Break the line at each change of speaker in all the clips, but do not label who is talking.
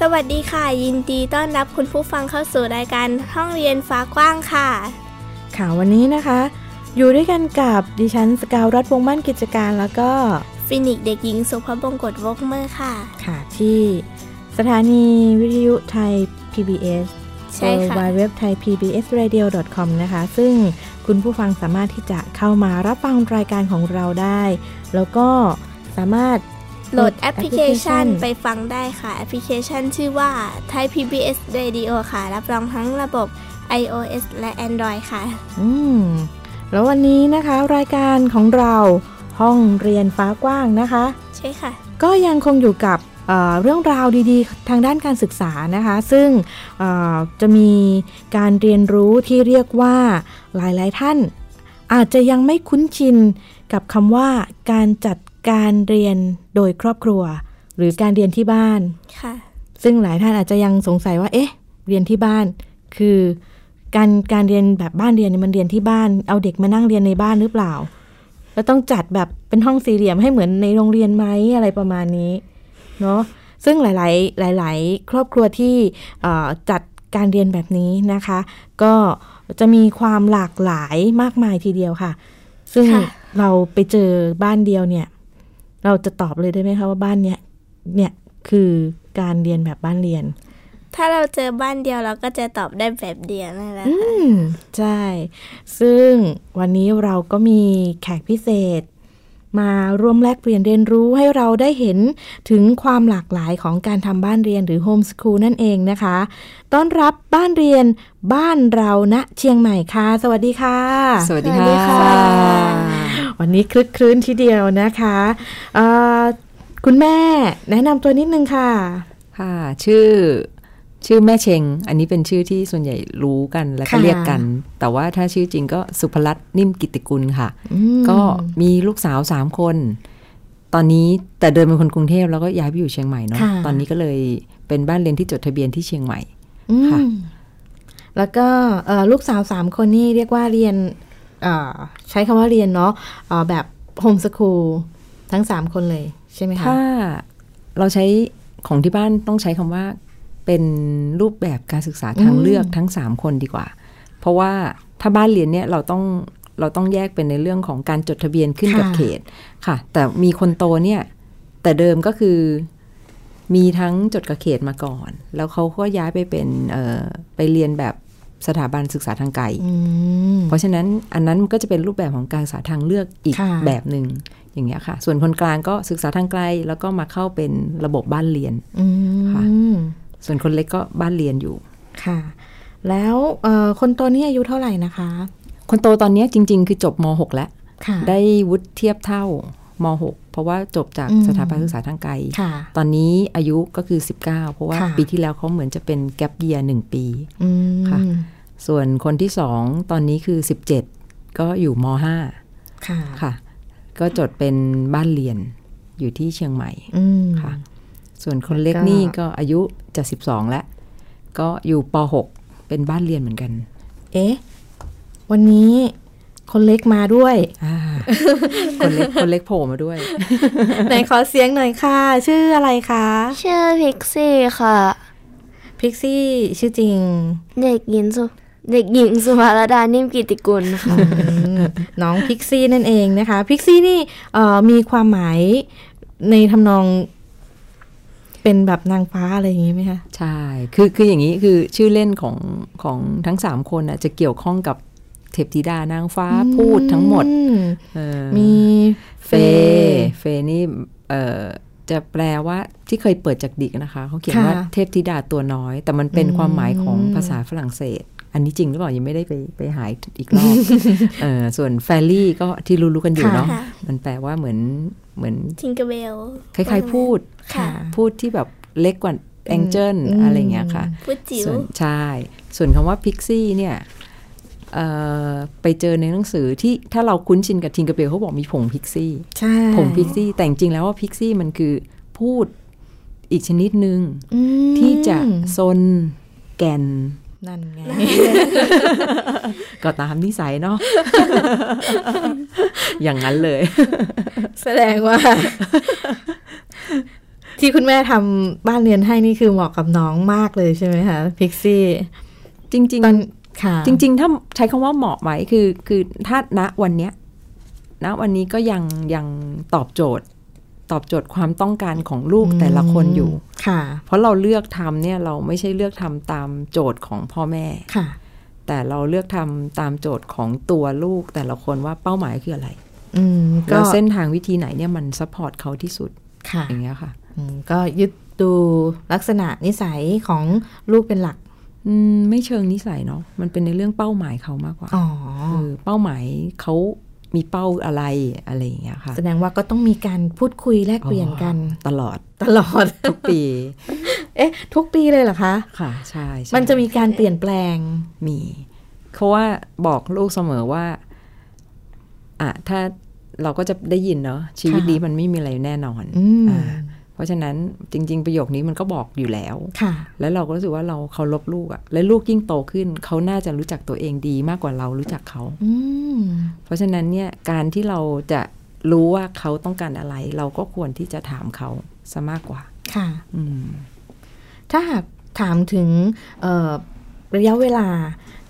สวัสดีค่ะ ยินดีต้อนรับคุณผู้ฟังเข้าสู่รายการห้องเรียนฟ้ากว้างค่ะ
ค่ะวันนี้นะคะ อยู่ด้วยกันกับดิฉันสกาวรัฐวงศ์มั่นกิจการแล้วก็
ฟินิกซ์เด็กหญิงสุภบงกตวกเมอร์ค่ะ
ค่ะที่สถานีวิทยุไทย PBS
ใช่ค่ะ
w w w t h a i PBS Radio com นะคะ ซึ่งคุณผู้ฟังสามารถที่จะเข้ามารับฟังรายการของเราได้ แล้วก็สามารถ
โหลดแอปพลิเคชันไปฟังได้ค่ะ แอปพลิเคชันชื่อว่า Thai PBS Radio ค่ะ รับรองทั้งระบบ iOS และ Android ค่ะ
อืมแล้ววันนี้นะคะรายการของเราห้องเรียนฟ้ากว้างนะคะ
ใช่ค่ะ
ก็ยังคงอยู่กับเอ่อเรื่องราวดีๆ ทางด้านการศึกษานะคะ ซึ่งเอ่อจะมีการเรียนรู้ที่เรียกว่าหลายๆท่าน อาจจะยังไม่คุ้นชินกับคำว่าการจัดการเรียนโดยครอบครัว หรือการเรียนที่บ้าน
ค่ะ
ซึ่งหลายท่านอาจจะยังสงสัยว่า เอ๊ะ เรียนที่บ้าน คือ การการเรียนแบบบ้านเรียนเนี่ยมันเรียนที่บ้าน เอาเด็กมานั่งเรียนในบ้านหรือเปล่า แล้วต้องจัดแบบเป็นห้องสี่เหลี่ยมให้เหมือนในโรงเรียนไหมอะไรประมาณนี้ เนาะ ซึ่งหลาย ๆ หลาย ๆ ครอบครัวที่เอ่อจัดการเรียนแบบนี้นะคะ ก็จะมีความหลากหลายมากมายทีเดียวค่ะ ซึ่ง
ค่ะ
เราไปเจอบ้านเดียวเนี่ย เราจะตอบเลยได้ไหมคะว่าบ้านเนี้ยเนี่ยคือการเรียนแบบบ้านเรียน
ถ้าเราเจอบ้านเดียวเราก็จะตอบได้แบบเดียวนั่นแหละ
อื
ค่ะ
มใช่ ซึ่งวันนี้เราก็มีแขกพิเศษ มาร่วมแลกเปลี่ยนเรียนรู้ให้เราได้เห็นถึงความหลากหลายของการทำบ้านเรียนหรือโฮมส o ูลนั่นเองนะคะ ต้อนรับบ้านเรียนบ้านเราณเชียงใหม่ค่ะ สวัสดีค่ะ
สวัสดีค่ะ
วันนี้คลึกคลื้นทีเดียวนะคะเอ่อคุณแม่แนะนำตัวนิดนึงค่ะ
ค่ะ ชื่อ ชื่อแม่เชง อันนี้เป็นชื่อที่ส่วนใหญ่รู้กันและก็
ค่ะ
เรียกกัน แต่ว่าถ้าชื่อจริงก็สุภลัตน์นิ่มกิตติกุลค่ะ
อืม
ก็มีลูกสาวสามคน ตอนนี้แต่เดิมเป็นคนกรุงเทพแล้วก็ย้ายไปอยู่เชียงใหม่เนาะ
ค่ะ
ตอนนี้ก็เลยเป็นบ้านเรียนที่จดทะเบียนที่เชียงใหม่
อืม
ค่ะ
แล้วก็เอ่อลูกสาวสามคนนี่เรียกว่าเรียนเอ่อใช้คำว่าเรียนเนาะเอ่อแบบโฮมส o ูลทั้งสามคนเลยใช่ไหมคะ
ถ้าเราใช้ของที่บ้านต้องใช้คำว่า เป็นรูปแบบการศึกษาทางเลือกทั้ง 3 คนดีกว่า เพราะว่าถ้าบ้านเรียนเนี่ยเราต้องเราต้องแยกเป็นในเรื่องของการจดทะเบียนขึ้นกับเขตค่ะ แต่มีคนโตเนี่ย แต่เดิมก็คือมีทั้งจดกับเขตมาก่อน แล้วเขาก็ย้ายไปเป็นเอ่อไปเรียนแบบสถาบันศึกษาทางไกล
อืม
เพราะฉะนั้นอันนั้นมันก็จะเป็นรูปแบบของการศึกษาทางเลือกอีก
ค่ะ
แบบหนึ่งอย่างเงี้ยค่ะ ส่วนคนกลางก็ศึกษาทางไกล แล้วก็มาเข้าเป็นระบบบ้านเรียน
อื
ค่ะ
ม
ส่วนคนเล็กก็บ้านเรียนอยู่
ค่ะ แล้วเอ่อคนโตนี่อายุเท่าไหร่นะคะ
คนโตตอนเนี้ยจริง ๆ คือจบม .6 แล้ว
ค่ะ
ได้วุฒิเทียบเท่ามหกเพราะว่าจบจาก
อืม
สถาบันศึกษาทางไกล
ค่ะ
ตอนนี้อายุก็คือ 19 เพราะว่า
ค่ะ
ปีที่แล้วเขาเหมือนจะเป็นแก p เ e ียหนึ่งปี
อืม
ค่ะ ส่วนคนที่สองตอนนี้คือ 17 ก็อยู่ม .5
ค่ะ
ค่ะ ก็จดเป็นบ้านเรียนอยู่ที่เชียงใหม่
อืม
ค่ะ ส่วนคนเล็ก
แล้วก็
นี่ก็อายุจะสิบสองแล้ว ก็อยู่ป .6 เป็นบ้านเรียนเหมือนกัน
เอ๊ะวันนี้คนเล็กมาด้วย
อ่า คนเล็กคนเล็กโผล่มาด้วย
ไหนขอเสียงหน่อยค่ะ ชื่ออะไรคะ
ชื่อพิกซี่ค่ะ
พิกซี่ชื่อจริง
เด็กหญิงสุเด็กหญิงสุภารดานิ่มกิติกุลค่ะ
น้องพิกซี่นั่นเองนะคะพิกซี่นี่เอ่อมีความหมายในทำนอง เป็นแบบนางฟ้าอะไรอย่างนี้ไหมคะ
ใช่ คือคืออย่างนี้คือชื่อเล่นของของทั้งสามคนน่ะจะเกี่ยวข้องกับเทพธิดานางฟ้าพูดทั้งหมด
อื
เออ
มี
เฟ
เฟ
ย์
ย์
เฟย์นี่เอ่อจะแปลว่าที่เคยเปิดจากดิกนะคะเขาเขียน
ค่ะ
ว่าเทพธิดาตัวน้อย แต่มันเป็น
อืม
ความหมายของภาษาฝรั่งเศส อันนี้จริงหรือเปล่ายังไม่ได้ไปไปหายอีกรอบ เออส่วนแฟรี่ก็ที่รู้ๆกันอยู่
ค่ะ
เนาะ
ค่ะ
มันแปลว่าเหมือนเหมือน
ทิงเกอร์เบล
คล้ายๆพูด
ค่ะ
พูดที่แบบเล็กกว่าแองเจิลอะไรอย่างเงี้ยค่ะ
พูดจิ๋ว
ส่วนใช่ ส่วนคำว่าพิกซี่เนี่ยเอ่อไปเจอในหนังสือที่ถ้าเราคุ้นชินกับทิงกระเบลเขาบอกมีผงพิกซี่
ใช่
ผงพิกซี่ แต่จริงๆแล้วว่าพิกซี่มันคือพูดอีกชนิดหนึ่ง
อืม
ที่จะซนแก่น
นั่นไง
ก็ตามนิสัยเนาะ อย่างนั้นเลย
แสดงว่า ที่คุณแม่ทำบ้านเรียนให้นี่คือเหมาะกับน้องมากเลยใช่ไหมคะพิกซี่
จริง
ตอน
ๆ
ค่ะ
จริง ๆ ถ้าใช้คำว่าเหมาะไหมคือคือถ้าณวันเนี้ยณวันนี้ก็ยังยังตอบโจทย์ ตอบโจทย์ความต้องการของลูกแต่ละคนอยู่
ค่ะ
เพราะเราเลือกทำเนี่ยเราไม่ใช่เลือกทำตามโจทย์ของพ่อแม่
ค่ะ
แต่เราเลือกทำตามโจทย์ของตัวลูกแต่ละคนว่าเป้าหมายคืออะไร
อืมก็
แล้วเส้นทางวิธีไหนเนี่ยมันซัพพอร์ตเขาที่สุด
ค่ะ
อย่างเงี้ยค่ะ
อืมก็ยึดดูลักษณะนิสัยของลูกเป็นหลัก
อืมไม่เชิงนิสัยเนาะมันเป็นในเรื่องเป้าหมายเขามากกว่า
อ๋อ
คือเป้าหมายเขามีเป้าอะไรอะไรอย่างเงี้ยค่ะ
แสดงว่าก็ต้องมีการพูดคุยแลกเปลี่ยนกัน
ตลอด
ตลอด
ทุกปี
เอ๊ะ ทุกปีเลยเหรอคะ
ค่ะใช่ใช่
มันจะมีการเปลี่ยนแปลง
มีเขาว่าบอกลูกเสมอว่าอ่ะถ้าเราก็จะได้ยินเนาะชีวิต
ค่ะ
นี้มันไม่มีอะไรแน่นอน
อืม
อ่า เพราะฉะนั้นจริง ๆ ประโยคนี้มันก็บอกอยู่แล้ว
ค่ะ
แล้วเราก็รู้สึกว่าเราเคารพลูกอะและลูกยิ่งโตขึ้นเขาน่าจะรู้จักตัวเองดีมากกว่าเรารู้จักเขา
อืม
เพราะฉะนั้นเนี่ยการที่เราจะรู้ว่าเขาต้องการอะไร เราก็ควรที่จะถามเขาซะมากกว่า
ค่ะ
อืม
ถ้าหากถามถึงเอ่อระยะเวลา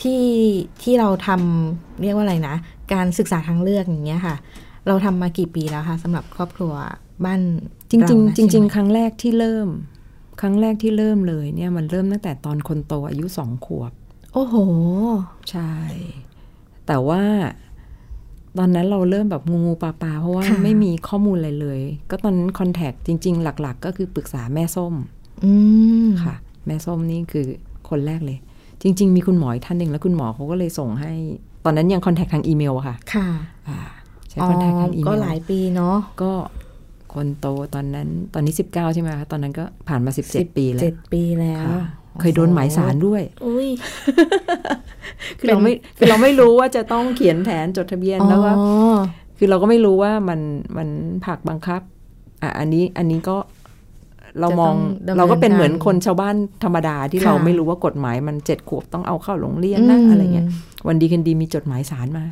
ที่ที่เราทำเรียกว่าอะไรนะ การศึกษาทางเลือกอย่างเงี้ยค่ะ เราทำมากี่ปีแล้วคะสำหรับครอบครัวบ้าน
จริงๆ
เรานะ
จริง
ใช่ไหม
ๆ ครั้งแรกที่เริ่ม ครั้งแรกที่เริ่มเลยเนี่ยมันเริ่มตั้งแต่ตอนคนโตอายุสองขวบ
โอ้โห
ใช่ แต่ว่าตอนนั้นเราเริ่มแบบงูงูปลาปลาเพราะว่า
ค่ะ
ไม่มีข้อมูลอะไรเลย ก็ตอนนั้นคอนแทคจริง ๆ หลัก ๆ ก็คือปรึกษาแม่ส้ม
อืม
ค่ะ แม่ส้มนี่คือคนแรกเลย จริง ๆ มีคุณหมออีกท่านหนึ่งแล้วคุณหมอเขาก็เลยส่งให้ ตอนนั้นยังคอนแทคทางอีเมลอะค่ะ
ค่ะ
อ่าใช้คอนแทคทางอีเมล
ก็หลายปีเนาะ
ก็คนโตตอนนั้นตอนนี้ 19 ใช่ไหมคะตอนนั้นก็ผ่านมา 17 ปีแล้ว
เจ็ดปีแล้ว
ค่ะเคยโดนหมายสารด้วย
อุ้ย
คือเราไม่คือเราไม่รู้ว่าจะต้องเขียนแผนจดทะเบียนแล้วว่า
อ๋อ
คือเราก็ไม่รู้ว่ามันมันผักบังคับอ่ะอันนี้อันนี้ก็เรามอง
จะต้ดำนิ
เราก็เป็น
ก
เหมือนคนชาวบ้านธรรมดาที่
ค่ะ
เราไม่รู้ว่ากฎหมายมันเจ็ดขวบต้องเอาเข้าโรงเรียนนะอะไรเงี้ย
ม
วันดีคืนดีมีจดหมายสารมา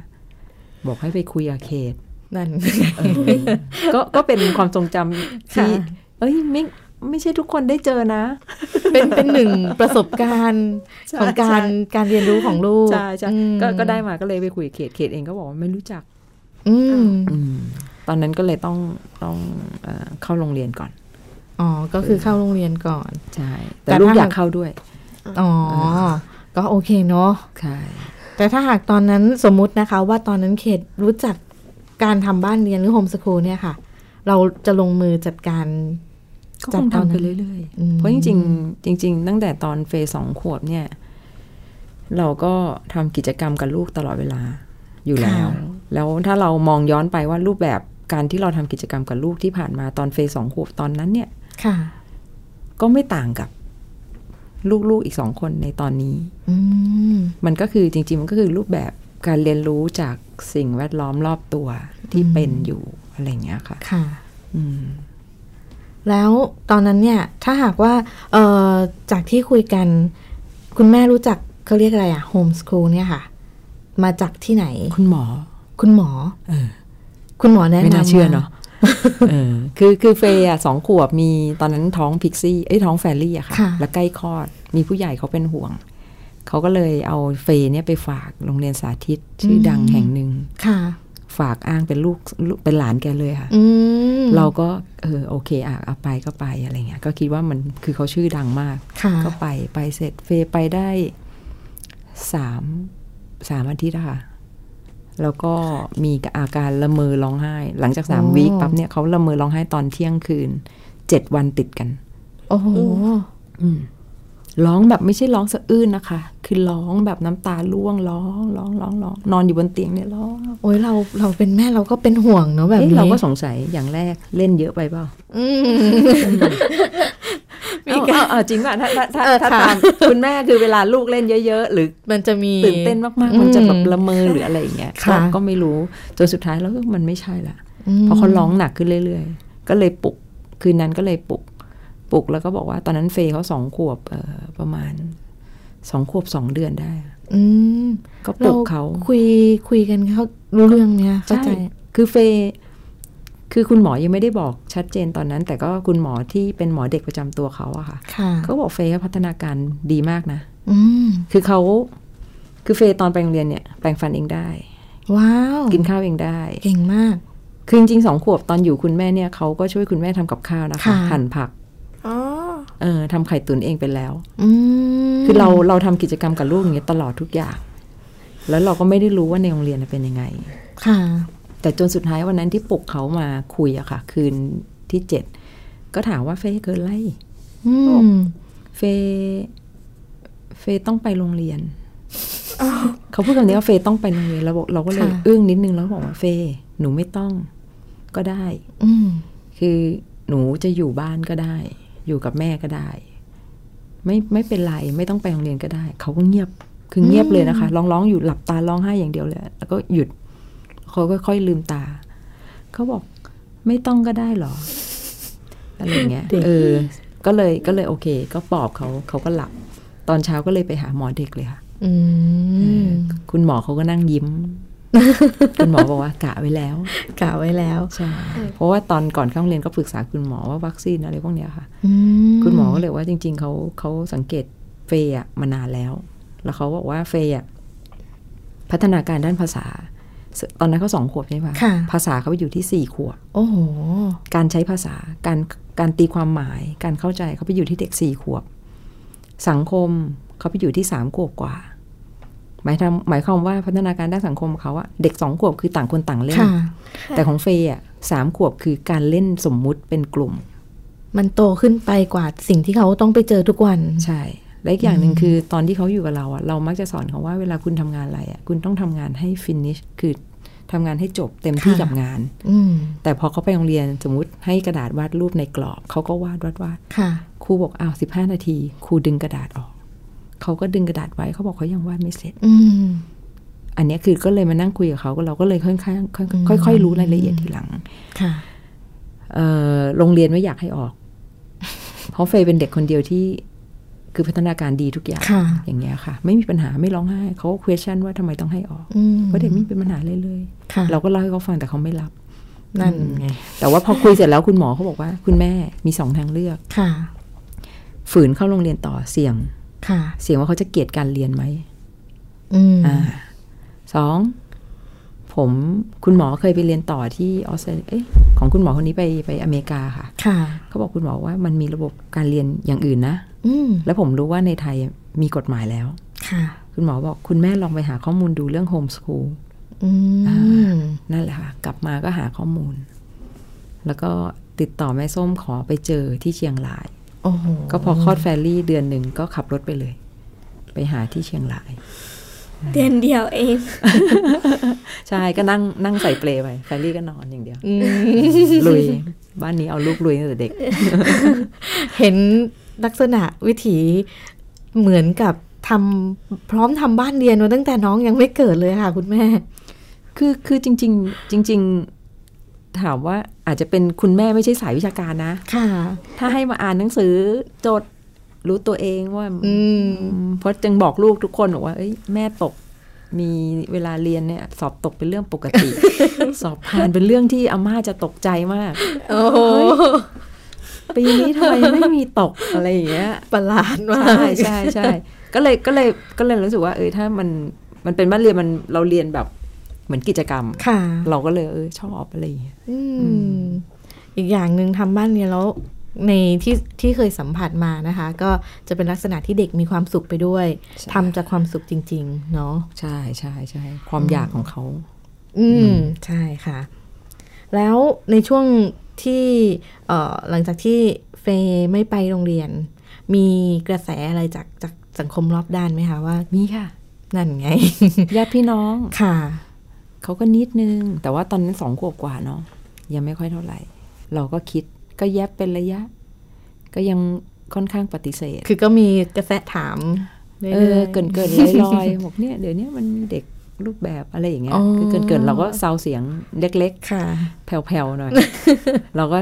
บอกให้ไปคุยกับเขต
นั่น
เออก็ก็เป็นความทรงจำที่
ค่ะ
เอ้ยไม่ไม่ใช่ทุกคนได้เจอนะ
เป็นเป็นหนึ่งประสบการณ์
ใช่
ของการ
ใช่
การเรียนรู้ของลูก
ใช่ใช่
อืม
ก็ก็ได้มาก็เลยไปคุยกับเขตเขตเองก็บอกว่าไม่รู้จัก
อืม
ตอนนั้นก็เลยต้องต้องเอ่อเข้าโรงเรียนก่อน
อ๋อ ก็คือเข้าโรงเรียนก่อน
ใช่
แต่
แต่ลูก
ถ้า
อยากเข้าด้วย
อ๋อ ก็โอเคเนาะ
ใช่
แต่ถ้าหากตอนนั้นสมมุตินะคะ ว่าตอนนั้นเขตรู้จักการทำบ้านเรียนหรือโฮมสคูลเนี่ยค่ะ เราจะลงมือจัดการ
ก็
จั
ค
บ
ง
ตอน
ทำไป
นั้น
เรื่อย
อืม
ๆ เพราะจริง ๆ จริง ๆ ตั้งแต่ตอนเฟยสองขวบเนี่ย เราก็ทำกิจกรรมกับลูกตลอดเวลาอยู่แล้ว แล้วถ้าเรามองย้อนไปว่ารูปแบบการที่เราทำกิจกรรมกับลูกที่ผ่านมาตอนเฟยสองขวบตอนนั้นเนี่ย
ค่ะ
ก็ไม่ต่างกับลูกๆอีกสองคนในตอนนี้
อืม
มันก็คือจริง ๆ มันก็คือรูปแบบการเรียนรู้จากสิ่งแวดล้อมรอบตัวที่
อืม
เป็นอยู่อะไรอย่างเงี้ยค่ะ
ค่ะ
อืม
แล้วตอนนั้นเนี่ย ถ้าหากว่าเอ่อจากที่คุยกัน คุณแม่รู้จักเขาเรียกอะไรอะโฮมสคูลเนี่ยค่ะ มาจากที่ไหน
คุณหมอ
คุณหมอ
เออ
คุณหมอแนะนำ
ไม่น่าเชื่อเนาะ
ม
เออคือคือเฟย์อะสองขวบมีตอนนั้นท้องพิกซี่เอ้ยท้องแฟรี่อะค่ะ
ค่ะ
แล้วใกล้คลอด มีผู้ใหญ่เขาเป็นห่วง เขาก็เลยเอาเฟย์เนี่ยไปฝากโรงเรียนสาธิต ชื่อดังแห่งหนึ่ง
ค่ะ
ฝากอ้างเป็นลูกลูกเป็นหลานแกเลยค่ะ
อืม
เราก็เออโอเคอ่ะเอาไปก็ไปอะไรเงี้ยก็คิดว่ามันคือเขาชื่อดังมาก
ค่ะ
ก็ไปไปเสร็จเฟไปได้สามสามอาทิตย์อะค่ะ แล้วก็มีอาการละเมอร้องไห้ หลังจากสาม
โอ้
วีคปั๊บเนี่ยเขาละเมอร้องไห้ตอนเที่ยงคืนเจ็ดวันติดกัน
โอ้โห
อืม ร้องแบบไม่ใช่ร้องสะอื้นนะคะ คือร้องแบบน้ำตาร่วงร้องร้องร้องร้องนอนอยู่บนเตียงเนี่ยร้อง
โอ้ยเราเราเป็นแม่เราก็เป็นห่วงเนาะแบบ
เอ๊ะ
นี้
เราก็สงสัยอย่างแรกเล่นเยอะไปเปล่า
อืม
มีการจริงป่ะถ้าถ้าถ้า
เออ
ถ้า
ค่ะ
ตามคุณแม่คือเวลาลูกเล่นเยอะๆ หรือ
มันจะมี
ตื่นเต้นมาก
อืม
ๆ มันจะแบบละเมอหรือ อะไรอย่างเงี้ย
ค่ะ
ก็ก็ไม่รู้จนสุดท้ายแล้วมันไม่ใช่ละ
ม
เพราะเขาร้องหนักขึ้นเรื่อยๆ ก็เลยปลุกคืนนั้นก็เลยปลุกปลุกแล้วก็บอกว่าตอนนั้นเฟยเขาสองขวบเอ่อประมาณสองขวบสองเดือนได้
อืม
ก็ปลุกเขา
คุยคุยกันเขารู้เรื่องเนี้ยเข้า
ใช่
ใจ
คือเฟย์คือคุณหมอยังไม่ได้บอกชัดเจนตอนนั้น แต่ก็คุณหมอที่เป็นหมอเด็กประจำตัวเขาอะค่ะ
ค่ะ
เขาบอกเฟย์เขาพัฒนาการดีมากนะ
อืม
คือเขาคือเฟย์ตอนไปโรงเรียนเนี่ยแปรงฟันเองได้
ว้าว
กินข้าวเองได้
เก่งมาก
คือจริงๆสองขวบตอนอยู่คุณแม่เนี่ยเขาก็ช่วยคุณแม่ทำกับข้าวนะคะ
ค่ะ
หั่นผัก
อ๋อ
เออทำไข่ตุ๋นเองไปแล้ว
อืม
คือเราเราทำกิจกรรมกับลูกอย่างเงี้ยตลอดทุกอย่าง แล้วเราก็ไม่ได้รู้ว่าในโรงเรียนน่ะเป็นยังไง
ค่ะ
แต่จนสุดท้ายวันนั้นที่ปลุกเขามาคุยอะค่ะ คืนที่เจ็ดก็ถามว่าเฟย์เกิดอะไร
อืม
เฟย์เฟย์ต้องไปโรงเรียน เขาพูดคำนี้ว่าเฟย์ต้องไปโรงเรียนเราบอกเราก็เลย
ค่ะ
อึ้งนิดนึงแล้วบอกว่าเฟย์หนูไม่ต้อง ก็ได้
อืม
คือหนูจะอยู่บ้านก็ได้ อยู่กับแม่ก็ได้ ไม่ไม่เป็นไรไม่ต้องไปโรงเรียนก็ได้ เขาก็เงียบคือเงียบเลยนะคะร้องร้องอยู่หลับตาร้องไห้อย่างเดียวเลย แล้วก็หยุดเขาก็ค่อยลืมตา เขาบอกไม่ต้องก็ได้หรออะไรอย่าง เงี้ยเออ ก็เลยก็เลยโอเค ก็ปลอบเขาเขาก็หลับ ตอนเช้าก็เลยไปหาหมอเด็กเลยค่ะ
อืม
คุณหมอเขาก็นั่งยิ้ม คุณหมอบอกว่ากะไว้แล้ว
กล่าวไว้แล้ว
ใช่เพราะว่าตอนก่อนเข้าโรงเรียนก็ปรึกษาคุณหมอว่าวัคซีนอะไรพวกเนี้ยค่ะ
อืม
คุณหมอก็เลยว่าจริง ๆเขาเขาสังเกตเฟย์อะมานานแล้ว แล้วเขาบอกว่าเฟย์อะพัฒนาการด้านภาษา ตอนนั้นเขาสองขวบใช่ไหม
ค่ะ
ภาษาเขาอยู่ที่สี่ขวบ
โอ้โห
การใช้ภาษา การการตีความหมาย การเข้าใจเขาไปอยู่ที่เด็กสี่ขวบ สังคมเขาไปอยู่ที่สามขวบกว่า หมายทำหมายความว่าพัฒนาการด้านสังคมเขาอะเด็กสองขวบคือต่างคนต่างเล่น
ค่ะ
แต่ของเฟย์อะสามขวบคือการเล่นสมมุติเป็นกลุ่ม
มันโตขึ้นไปกว่าสิ่งที่เขาต้องไปเจอทุกวัน
ใช่และอีกอย่างหนึ่งคือตอนที่เขาอยู่กับเราอะเรามักจะสอนเขาว่าเวลาคุณทำงานอะไรอะคุณต้องทำงานให้ finish คือทำงานให้จบเต็มที่
ค่ะ
กับงาน
อืม
แต่พอเขาไปโรงเรียนสมมติให้กระดาษวาดรูปในกรอบ เขาก็วาดวาดวาด
ค่ะ
ครูบอกอ้าวสิบห้านาทีครูดึงกระดาษออก เขาก็ดึงกระดาษไว้เขาบอกเขายังวาดไม่เสร็จ
อืม
อันเนี้ยคือก็เลยมานั่งคุยกับเขาก็เราก็เลยค่อนข้างค่อยๆค่อยๆรู้รายละเอียดทีหลัง
ค่ะ
เอ่อโรงเรียนไม่อยากให้ออก เพราะเฟยเป็นเด็กคนเดียวที่คือพัฒนาการดีทุกอย่าง
ค่ะ
อย่างเงี้ยค่ะ ไม่มีปัญหาไม่ร้องไห้เขาก็ question ว่าทำไมต้องให้ออก
อืม
เพราะเด็กไม่เป็นปัญหาเลยเลย
ค่ะ
เราก็เล่าให้เขาฟังแต่เขาไม่รับ
นั่นไง
แต่ว่าพอคุยเสร็จแล้วคุณหมอเขาบอกว่า คุณแม่มีสองทางเลือก
ค่ะ
ฝืนเข้าโรงเรียนต่อเสี่ยง
ค่ะ
เสี่ยงว่าเขาจะเกลียดการเรียนไหม
อืม
อ่าสองผมคุณหมอเคยไปเรียนต่อที่ออสเตรเลียเอ๊ะของคุณหมอคนนี้ไปไปอเมริกาค่ะ
ค่ะ
เขาบอกคุณหมอว่ามันมีระบบการเรียนอย่างอื่นนะ
อืม
แล้วผมรู้ว่าในไทยมีกฎหมายแล้ว
ค่ะ
คุณหมอบอกคุณแม่ลองไปหาข้อมูลดูเรื่องโฮมส o ูล
อื
อ่
ม
นั่นแหละค่ะ กลับมาก็หาข้อมูล แล้วก็ติดต่อแม่ส้มขอไปเจอที่เชียงราย
โอ้โห
ก็พอคลอดแฟรี่เดือนหนึ่งก็ขับรถไปเลย ไปหาที่เชียงราย
เดือนเดียวเอง
ใช่ก็นั่งนั่งใส่เปลไปแฟรี่ก็นอนอย่างเดียวลุยบ้านนี้เอาลูกลุยตั้งแต่เด็ก
เห็นลักษณะวิถีเหมือนกับทำพร้อมทำบ้านเรียนมาตั้งแต่น้องยังไม่เกิดเลยค่ะ คุณแม่
คือคือจริง ๆ จริง ๆ ถามว่าอาจจะเป็นคุณแม่ไม่ใช่สายวิชาการนะ
ค่ะ
ถ้าให้มาอ่านหนังสือจดรู้ตัวเองว่า
อืม
เพราะจึงบอกลูกทุกคนบอกว่าเอ้ยแม่ตก มีเวลาเรียนเนี่ยสอบตกเป็นเรื่องปกติ สอบผ่านเป็นเรื่องที่อาม่าจะตกใจมาก
โอ้โห
ปีนี้ทำไมไม่มีตกอะไรอย่างเงี้ย
ประหลาดมา
ใช่
ก
ใช่ใช่ก็เลยก็เลยก็เลยรู้สึกว่าเออถ้ามันมันเป็นบ้านเรียนมันเราเรียนแบบเหมือนกิจกรรม
ค่ะ
เราก็เลยเออชอบอะไรอย่างเงี้ย
อืม อีกอย่างหนึ่งทำบ้านเรียนแล้วในที่ที่เคยสัมผัสมานะคะ ก็จะเป็นลักษณะที่เด็กมีความสุขไปด้วย
ใช่
ทำจากความสุขจริง ๆ เนาะ
ใช่ใช่ใช่ความอยากของเขา
อืม ใช่ค่ะ แล้วในช่วงที่เอ่อหลังจากที่เฟยไม่ไปโรงเรียน มีกระแสอะไรจากจากสังคมรอบด้านไหมคะว่า
มีค่ะ
นั่น ไง
ญาติพี่น้อง
ค่ะ
เขาก็นิดนึง แต่ว่าตอนนั้นสองขวบกว่าเนาะยังไม่ค่อยเท่าไหร่ เราก็คิดก็แยบเป็นระยะ ก็ยังค่อนข้างปฏิเสธ
คือก็มีกระแสถาม
เออ
รื่ยๆ
เกินเกินลอยลอยๆ บอกเนี่ยเดี๋ยวนี้มันเด็กรูปแบบอะไรอย่างเงี้ย
อ๋อ
คือเกินเกินเราก็เซาเสียงเล็ก
ค่ะ
ๆ แผ่วๆ หน่อย เราก็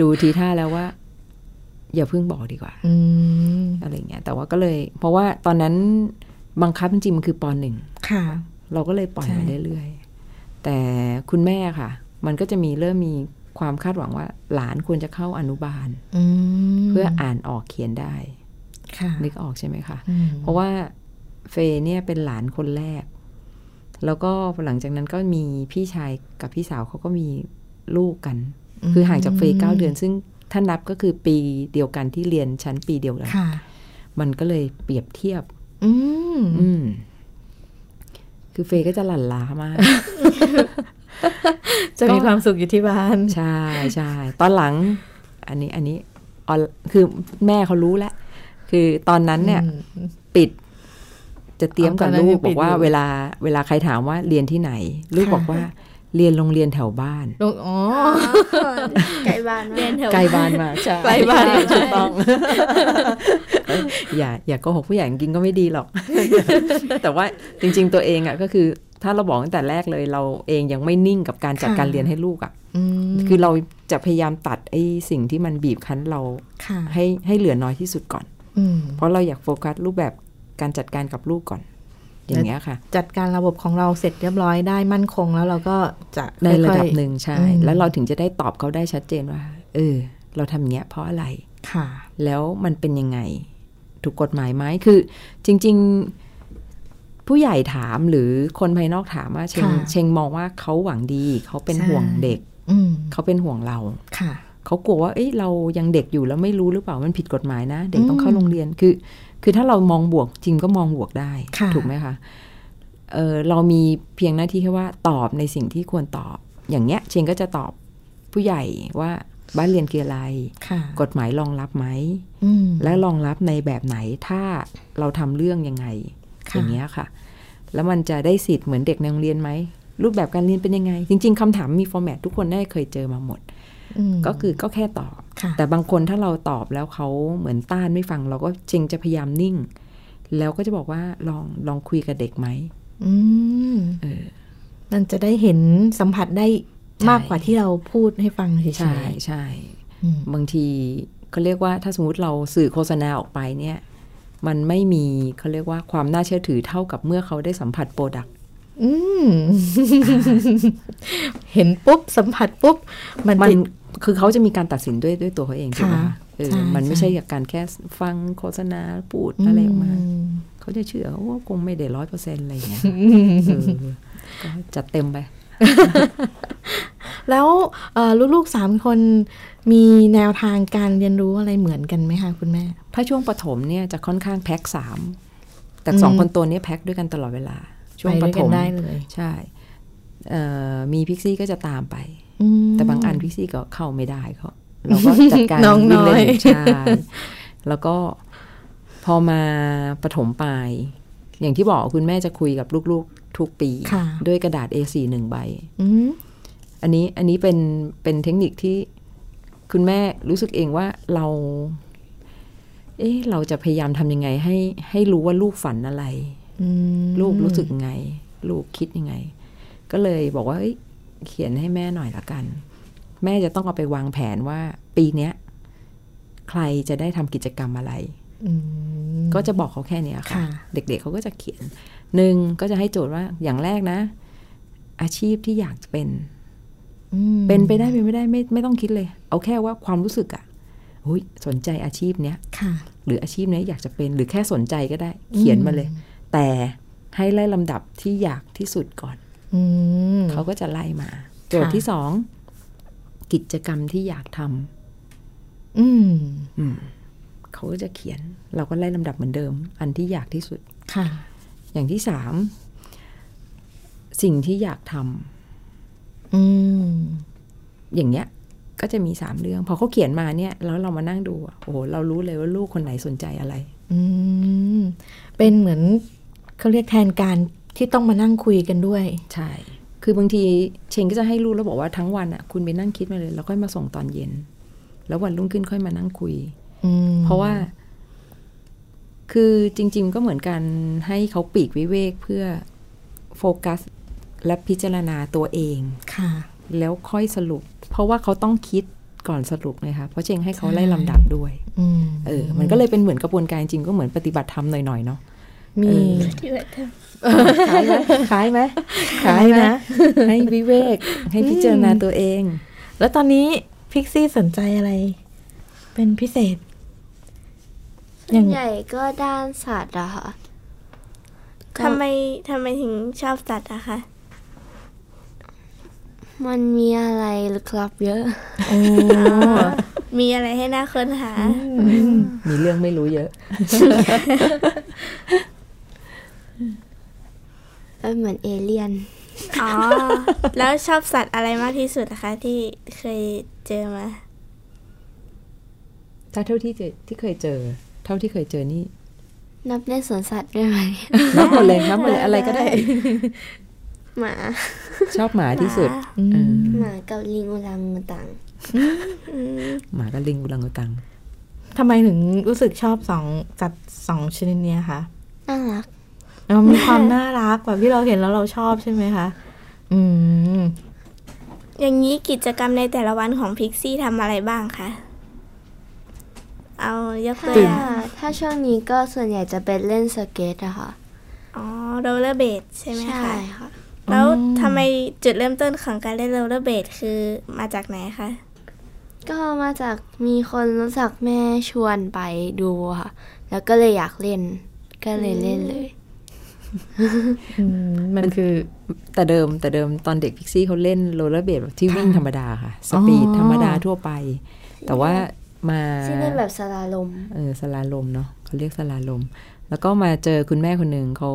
ดูทีท่าแล้วว่า อย่าเพิ่งบอกดีกว่า
อืม
อะไรอย่างเงี้ยแต่ว่าก็เลย เพราะว่าตอนนั้นบังคับจริงๆมันคือปหนึ่ง
ค่ะ
เราก็เลยปล่อย
ใช่
มาเรื่อยๆ แต่คุณแม่ค่ะ มันก็จะมีเริ่มมีความคาดหวังว่า หลานควรจะเข้าอนุบาล
อืม
เพื่ออ่านออกเขียนได้
ค่ะ
นึกออกใช่ไหมคะ
อืม
เพราะว่าเฟยเนี่ยเป็นหลานคนแรก แล้วก็หลังจากนั้นก็มีพี่ชายกับพี่สาวเขาก็มีลูกกัน คือห่างจากเฟยเก้าเดือน ซึ่งถ้านับก็คือปีเดียวกันที่เรียนชั้นปีเดียวกัน
ค่ะ
มันก็เลยเปรียบเทียบ
อืม
อืม คือเฟยก็จะหลั่นล้ามาก
จะมีความสุขอยู่ที่บ้าน
ใช่ใช่ตอนหลัง อันนี้อันนี้ออนคือแม่เขารู้แล้วคือตอนนั้นเนี่ย ปิด จะเตรียมกับ
อ๋อตอนนั้น
ลู
ยั
ก
ง
บ
ปิ
อ
ด
กว่า
อยู่
เวลาเวลาใครถามว่าเรียนที่ไหน ลูก
ค่ะ
บอกว่าเรียนโรงเรียนแถวบ้าน
ลงอ๋อ
ไกลบ้าน
เรี
มาย ก
นแถว
ไกลบ้านมากใช่
ไกลบ้าน
ใช่ถูกต้อง อย่า อย่าโกหกผู้ใหญ่จริงๆก็ไม่ดีหรอก แต่ว่าจริง ๆ ตัวเองอ่ะก็คือ ถ้าเราบอกตั้งแต่แรกเลยเราเองยังไม่นิ่งกับการจัดการเรียนให้ลูกอ่ะ
อืม
คือเราจะพยายามตัดไอ้สิ่งที่มันบีบคั้นเรา
ค่ะ
ให้ให้เหลือน้อยที่สุดก่อน
อืม
เพราะเราอยากโฟกัสรูปแบบการจัดการกับลูกก่อน อย่างเงี้ยค่ะ
จัดการระบบของเราเสร็จเรียบร้อยได้มั่นคงแล้วเราก็จะ
ในระดับ
ค่อยๆ
หนึ่งใช่
อืม
แล้วเราถึงจะได้ตอบเขาได้ชัดเจนว่า เออ เราทำอย่างเงี้ยเพราะอะไร
ค่ะ
แล้วมันเป็นยังไง ถูกกฎหมายไหมคือ จริง ๆ ผู้ใหญ่ถามหรือคนภายนอกถามว่าเชง
ค่ะ
เชงมองว่าเขาหวังดี เขาเป็น
ใช่
ห่วงเด็ก
อืม
เขาเป็นห่วงเรา
ค่ะ
เขากลัวว่า เอ้ยเรายังเด็กอยู่แล้วไม่รู้หรือเปล่า มันผิดกฎหมายนะ เด็กต้อง
อืม
เข้าโรงเรียน คือ คือถ้าเรามองบวกจริงก็มองบวกได้
ค่ะ
ถูกไหมคะ เออเรามีเพียงหน้าที่แค่ว่าตอบในสิ่งที่ควรตอบ อย่างเงี้ย เชงก็จะตอบผู้ใหญ่ว่าบ้านเรียนคืออะไร
ค่ะ
กฎหมายรองรับไหม
อืม
และรองรับในแบบไหน ถ้าเราทำเรื่องยังไง
ค่ะ
อย่างเงี้ยค่ะ แล้วมันจะได้สิทธิ์เหมือนเด็กในโรงเรียนไหม รูปแบบการเรียนเป็นยังไง จริง ๆคำถามมีฟอร์แมตทุกคนได้เคยเจอมาหมด
ม
ก็คือก็แค่ตอบ
ค่ะ
แต่บางคนถ้าเราตอบแล้วเขาเหมือนต้านไม่ฟัง เราก็จริงจะพยายามนิ่ง แล้วก็จะบอกว่าลองลองคุยกับเด็กไหม
อืม
เออ
มันจะได้เห็นสัมผัสได้
ใช่
มากกว่าที่เราพูดให้ฟังเฉย
ใช่
ๆ
ใช่
อืม
บางทีเขาเรียกว่าถ้าสมมติเราสื่อโฆษณาออกไปเนี่ย มันไม่มีเขาเรียกว่าความน่าเชื่อถือเท่ากับเมื่อเขาได้สัมผัสโปรดัก
อืม เห็นปุ๊บ สัมผัสปุ๊บ มัน
มัน
ติด
คือเขาจะมีการตัดสินด้วยด้วยตัวเขาเองถูกไหม
ค่ะ
คะเออ
ใช่
มันไม่ใช่
ใช่
จากการแค่ฟังโฆษณาพูดอะไรออกมา
อืม
เขาจะเชื่อว่าคงไม่ได้ร้อยเปอร์เซ็นต์อะไรอย่างเงี้ ยเออก็จัดเต็มไป
แล้วเอ่อลูกๆสามคนมีแนวทางการเรียนรู้อะไรเหมือนกันไหมคะคุณแม่
ถ้าช่วงปฐมเนี่ยจะค่อนข้างแพ็คสามแต่
อืม
สองคนตัวเนี้แพ็คด้วยกันตลอดเวลา ช่วง
ไป
ป
ด้วย
ฐ
กัน
ม
ได้เลย
ใช่เอ่อมีพิกซี่ก็จะตามไป
อืม
แต่บางอันพิกซี่ก็เข้าไม่ได้เขาเราก็จัดการ
น้อง
วิ่งเล่
น้อย
นใช่แล้วก็พอมาปฐมปลาย อย่างที่บอกคุณแม่จะคุยกับลูกๆทุกปี
ค่ะ
ด้วยกระดาษ A4 หนึ่งใบ
อืม
อันนี้อันนี้เป็นเป็นเทคนิคที่คุณแม่รู้สึกเองว่าเรา เอ๊ะเราจะพยายามทำยังไง ให้ให้รู้ว่าลูกฝันอะไร
อืม
ลูกรู้สึกยังไง ลูกคิดยังไง ก็เลยบอกว่าเอ้ยเขียนให้แม่หน่อยละกัน แม่จะต้องเอาไปวางแผนว่า ปีเนี้ย ใครจะได้ทำกิจกรรมอะไร
อืม
ก็จะบอกเขาแค่เนี้ยค่ะ
ค่ะ
เด็กๆเขาก็จะเขียนหนึ่งก็จะให้โจทย์ว่าอย่างแรกนะ อาชีพที่อยากเป็น
อืม
เป็นไปได้เป็นไม่ได้ไม่ไม่ต้องคิดเลย เอาแค่ว่าความรู้สึกอะหุยสนใจอาชีพเนี้ย
ค่ะ
หรืออาชีพเนี้ยอยากจะเป็นหรือแค่สนใจก็ได้ เขียนมาเลย แต่ให้ไล่ลำดับที่อยากที่สุดก่อน
อืม
เขาก็จะไล่มา โจทย์
ค่ะ
ที่สอง กิจกรรมที่อยากท
อืม
ำอืมเขาก็จะเขียน เราก็ไล่ลำดับเหมือนเดิม อันที่อยากที่สุด
ค่ะ
อย่างที่สาม สิ่งที่อยากท
อืม
ำอย่างเงี้ย ก็จะมีสามเรื่อง พอเขาเขียนมาเนี่ยแล้วเรามานั่งดูอะโอ้โหเรารู้เลยว่าลูกคนไหนสนใจอะไร
อืมเป็นเหมือนเขาเรียกแทนการที่ต้องมานั่งคุยกันด้วย
ใช่ คือบางทีเชงก็จะให้ลูกแล้วบอกว่าทั้งวันอ่ะ คุณไปนั่งคิดมาเลย แล้วค่อยมาส่งตอนเย็น แล้ววันรุ่งขึ้นค่อยมานั่งคุย
อืม
เพราะว่า คือจริง ๆ ก็เหมือนกันให้เขาปลีกวิเวกเพื่อโฟกัสและพิจารณาตัวเอง
ค่ะ
แล้วค่อยสรุป เพราะว่าเขาต้องคิดก่อนสรุปเลยค่ะเพราะเชงให้เขาไล่
ใช่
ลำดับด้วย
อืม
เออ มันก็เลยเป็นเหมือนกระบวนการจริงๆก็เหมือนปฏิบัติธรรมหน่อยๆเนาะ
มี
เออ
ที่ว่าทำ
คล้ายไหมคล้ายไหมคล้ายนะ ให้วิเวก ให้พิจารณาตัวเอง
แล้วตอนนี้พิกซี่สนใจอะไร เป็นพิเศษ อ
ส่
ย่าว ง
นใหญ่ก็ด้านสัตว์อะค่ะ ก็
ทำไมทำไมถึงชอบสัตว์อะคะ
มันมีอะไรลึกลับเยอะ
มีอะไรให้น่าค้นหา
มีเรื่องไม่รู้เยอะ
เอ้ยเหมือนเอเลี่ยน
อ๋อ แล้วชอบสัตว์อะไรมากที่สุดนะคะ ที่เคยเจอมา
ถ้าเท่าที่เจอที่เคยเจอ เท่าที่เคยเจอนี่
นับในสวนสัตว์ด้วยไหม
นับหมดเลยนับหมดเลยอะไรก็ได้
หมา
ชอบหมาที่สุดเออ
หมากับลิงอุลังอุตัง
หมากับลิงอุลังอุตัง
ทำไมถึงรู้สึกชอบสองจัดสองชนิดเนี้ย คะ
น่ารัก
มันมีความน่ารักแบบที่เราเห็นแล้วเราชอบใช่ไหมคะ อืม
อย่างนี้กิจกรรมในแต่ละวันของพิกซี่ทำอะไรบ้างคะ เอายกตัวอ
ถ้า
ย่าง
ถ้าช่วงนี้ก็ส่วนใหญ่จะเป็นเล่นสเก็ตอะค่ะ
อ๋อโรลเลอร์เบดใช่ไหม
ใช่
คะ
ค่ะ
แล้วทำไมจุดเริ่มต้นของการเล่นโรลเลอร์เบดคือมาจากไหนคะ
ก็มาจากมีคนรู้จักแม่ชวนไปดูค่ะ แล้วก็เลยอยากเล่น ก็เลยเล่นเลย
มันคือ
แต่เดิมแต่เดิมตอนเด็กพิกซี่เขาเล่นโรลเลอร์เบลดที่วิ่งธรรมดาค่ะ สปีด
อ๋อ
ธรรมดาทั่วไป แต่ว่ามา
ซึ่งเล่นแบบสลาลม
เออสลาลมเนาะเขาเรียกสลาลม แล้วก็มาเจอคุณแม่คนหนึ่งเขา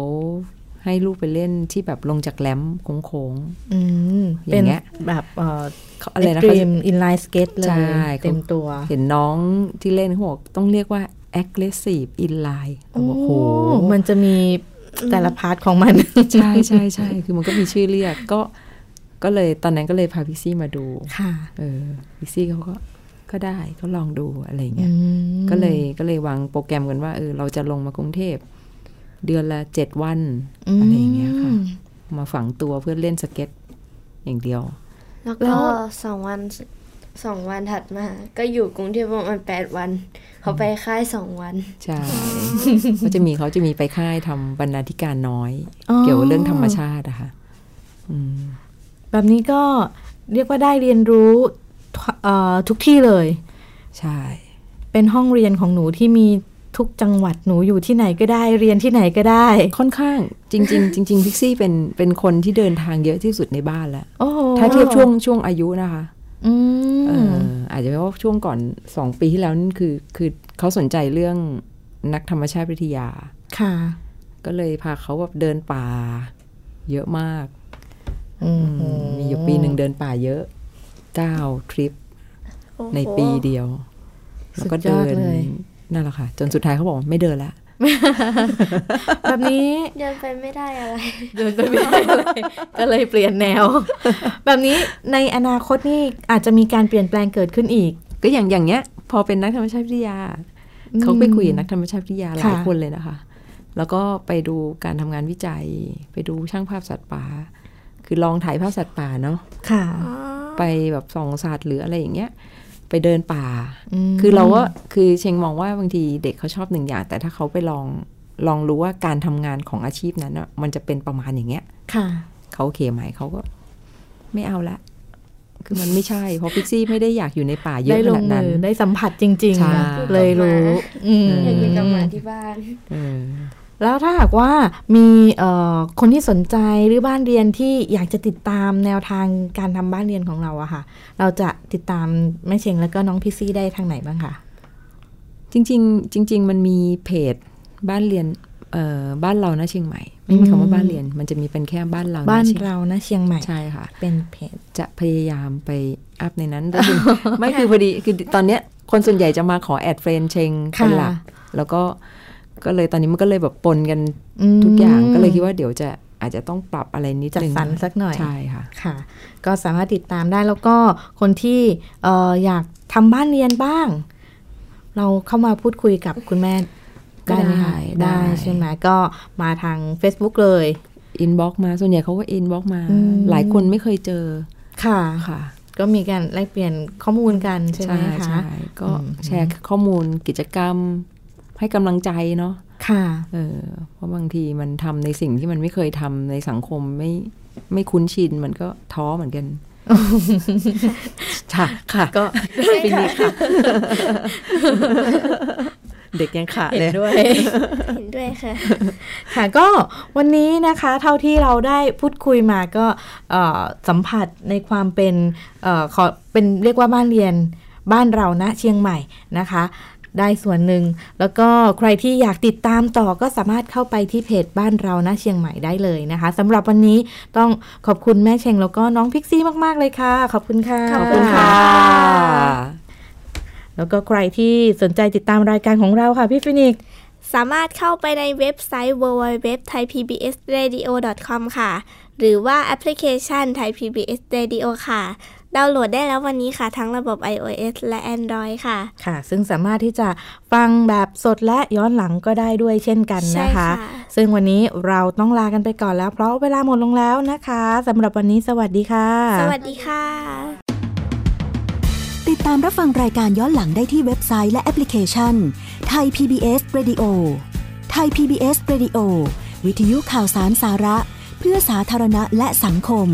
ให้ลูกไปเล่นที่แบบลงจากแหลมโค้ง
อืม
อ
เป็
ย่าน งเงี้ย
แบบเอ่อ
ๆเขาอะไรนะ
ก
เขา
รีมอินไลน์สเก็ตเล
ใช่
ย เต็มตัว
เห็นน้องที่เล่นเขาบอกต้องเรียกว่า aggressive inline เราบอกโอ้โห
มันจะมีแต่ละพาร์ทของมัน
ใช่ใช่ใช่ คือมันก็มีชื่อเรียก ก็ ก็เลยตอนนั้นก็เลยพาพิกซี่มาดู
ค่ะ
เออพิกซี่เขาก็ ก็ได้ก็ลองดูอะไรอย่าง
อื
เงี้ย
ม
ก็เลยก็เลยวางโปรแกรมกันว่าเออเราจะลงมากรุงเทพ เดือนละเจ็ดวัน อะไรอย่างเงี้ยค่ะ
อืม
มาฝังตัวเพื่อเล่นสเก็ต อย่างเดียว
แล้ว
แล้
ก็
ว
สองวันสองวันถัดมา ก็อยู่กรุงเทพประมาณแปดวัน เขาไปค่ายสองวัน
ใช่เขาจะมีเขาจะมีไปค่ายทำบรรณาธิการน้อย
อ๋อ
เกี่ยวกับเรื่องธรรมชาติอะค่ะอืม
แบบนี้ก็เรียกว่าได้เรียนรู้ทวเอ่อทุกที่เลย
ใช่
เป็นห้องเรียนของหนูที่มีทุกจังหวัดหนูอยู่ที่ไหนก็ได้เรียนที่ไหนก็ได้
ค่อนข้างจริง ๆ จริงๆพิกซี่เป็นเป็นคนที่เดินทางเยอะที่สุดในบ้านแล้ว
โอ้โห
ถ้าเทียบช่วงช่วงอายุนะคะ
อื
เอ
ม
ออาจจะเพราะว่าช่วงก่อนสองปีที่แล้วนั่นคือคือเขาสนใจเรื่องนักธรรมชาติวิทยา
ค่ะ
ก็เลยพาเขาแบบเดินป่า เยอะมาก
อืม
อืมมีอยู่ปีหนึ่งเดินป่าเยอะเก้าทริป
โอ้โห
ในปีเดียว แล้วก็เดินนั่นแหละค่ะ จนสุดท้ายเขาบอกว่าไม่เดินละ
แบบนี้
เดินไปไม่ได้อะไร
เดินไปไม่ได้เลยก็เลยเปลี่ยนแนว แบบนี้ในอนาคตนี่อาจจะมีการเปลี่ยนแปลงเกิดขึ้นอีก
ก็อย่างอย่างเงี้ย พอเป็นนักธรรมชาติวิทยา เขาไปคุยกับนักธรรมชาติวิทยาหลาย
ค่ะ
คนเลยนะคะ แล้วก็ไปดูการทำงานวิจัย ไปดูช่างภาพสัตว์ป่า คือลองถ่ายภาพสัตว์ป่าเนาะ
ค่ะ
อ๋อ
ไปแบบส่องสัตว์หรืออะไรอย่างเงี้ย ไปเดินป่า
ม
คือเราก็คือเชงมองว่าบางทีเด็กเขาชอบหนึ่งอย่าง แต่ถ้าเขาไปลองลองรู้ว่าการทำงานของอาชีพนั้นอะมันจะเป็นประมาณอย่างเงี้ย
ค่ะ
เขาโอเคไหมเขาก็ไม่เอาละ คือมันไม่ใช่ เพราะพิกซี่ไม่ได้อยากอยู่ในป่าเย
ได้
อะข
ลงมื
นาดนั้น
อได้สัมผัสจริง
ใช่
ๆ เลยรู้อืม
อยากอยู่กับหมาที่บ้าน
เออ
แล้วถ้าหากว่ามีเอ่อคนที่สนใจหรือบ้านเรียนที่อยากจะติดตามแนวทางการทำบ้านเรียนของเราอะค่ะ เราจะติดตามแม่เชงแล้วก็น้องพี่ซี่ได้ทางไหนบ้างคะ
จริงๆจริง ๆ มันมีเพจบ้านเรียน เอ่อบ้านเรานะเชียงใหม่ไม่มีคำว่าบ้านเรียน มันจะมีเป็นแค่บ้านเรานะ
บ้าน
เชียง
เรานะเชียงใหม่
ใช่ค่ะ
เป็นเพจ
จะพยายามไปอัพใน นั้นแต่คือ ไม่คือพอดีคือตอนเนี้ยคนส่วนใหญ่จะมาขอแอดเฟรนเชงเป็นหลัก
ค่ะ
แล้วก็ก็เลยตอนนี้มันก็เลยแบบปนกัน
ม
ทุกอย่างก็เลยคิดว่าเดี๋ยวจะอาจจะต้องปรับอะไรนิด
จัด
นึง
สรรสักหน่อย
ใช่ค่ะ
ค่ะ ก็สามารถติดตามได้แล้วก็คนที่เอ่ออยากทำบ้านเรียนบ้าง เราเข้ามาพูดคุยกับคุณแม่
ก็
ได้ไหมคะ
ได้
ได้
ได้
ใช่ไหมก็มาทาง Facebook เลย
อินบ็อกมาส่วนใหญ่เขาก็อินบ็อกมา
อืม
หลายคนไม่เคยเจอ
ค่ะ
ค่ะ
ก็มีการแลกเปลี่ยนข้อมูลกันใช่ไหมคะ
ใช่ก็
อืม
แชร์ข้อมูลกิจกรรม ให้กำลังใจเนาะ
ค่ะ
เออเพราะบางทีมันทำในสิ่งที่มันไม่เคยทำในสังคมไม่ไม่คุ้นชินมันก็ท้อเหมือนกันค่ะค่ะ
ก็
ปีนี้ค่ะ เด็กยังขาด
เห็
เล
น
ย
ด้วย
เห็นด้วยค่ะ
ค่ะก็วันนี้นะคะเท่าที่เราได้พูดคุยมาก็เอ่อสัมผัสในความเป็นเออขอเป็นเรียกว่าบ้านเรียนบ้านเรานะเชียงใหม่นะคะ ได้ส่วนหนึ่ง แล้วก็ใครที่อยากติดตามต่อก็สามารถเข้าไปที่เพจบ้านเรานะเชียงใหม่ได้เลยนะคะสำหรับวันนี้ต้องขอบคุณแม่เชงแล้วก็น้องพิกซี่มาก ๆ เลยค่ะ ขอบคุณค่ะ
ขอบคุณค่ะ
แล้วก็ใครที่สนใจติดตามรายการของเราค่ะพี่ฟินิกซ์
สามารถเข้าไปในเว็บไซต์ www.thaipbsradio.com ค่ะ หรือว่าแอปพลิเคชัน Thai PBS Radio ค่ะ ดาวน์โหลดได้แล้ววันนี้ค่ะ ทั้งระบบ iOS และ Android ค่ะ
ค่ะ ซึ่งสามารถที่จะฟังแบบสดและย้อนหลังก็ได้ด้วยเช่นกัน
ใช่
นะคะ
ค่ะ
ซึ่งวันนี้เราต้องลากันไปก่อนแล้ว เพราะเวลาหมดลงแล้วนะคะสำหรับวันนี้สวัสดีค่ะ
สวัสดีค่ะ
ติดตามรับฟังรายการย้อนหลังได้ที่เว็บไซต์และแอปพลิเคชันไทย PBS Radio ไทย PBS Radio วิทยุข่าวสารสาระ เพื่อสาธารณะและสังคม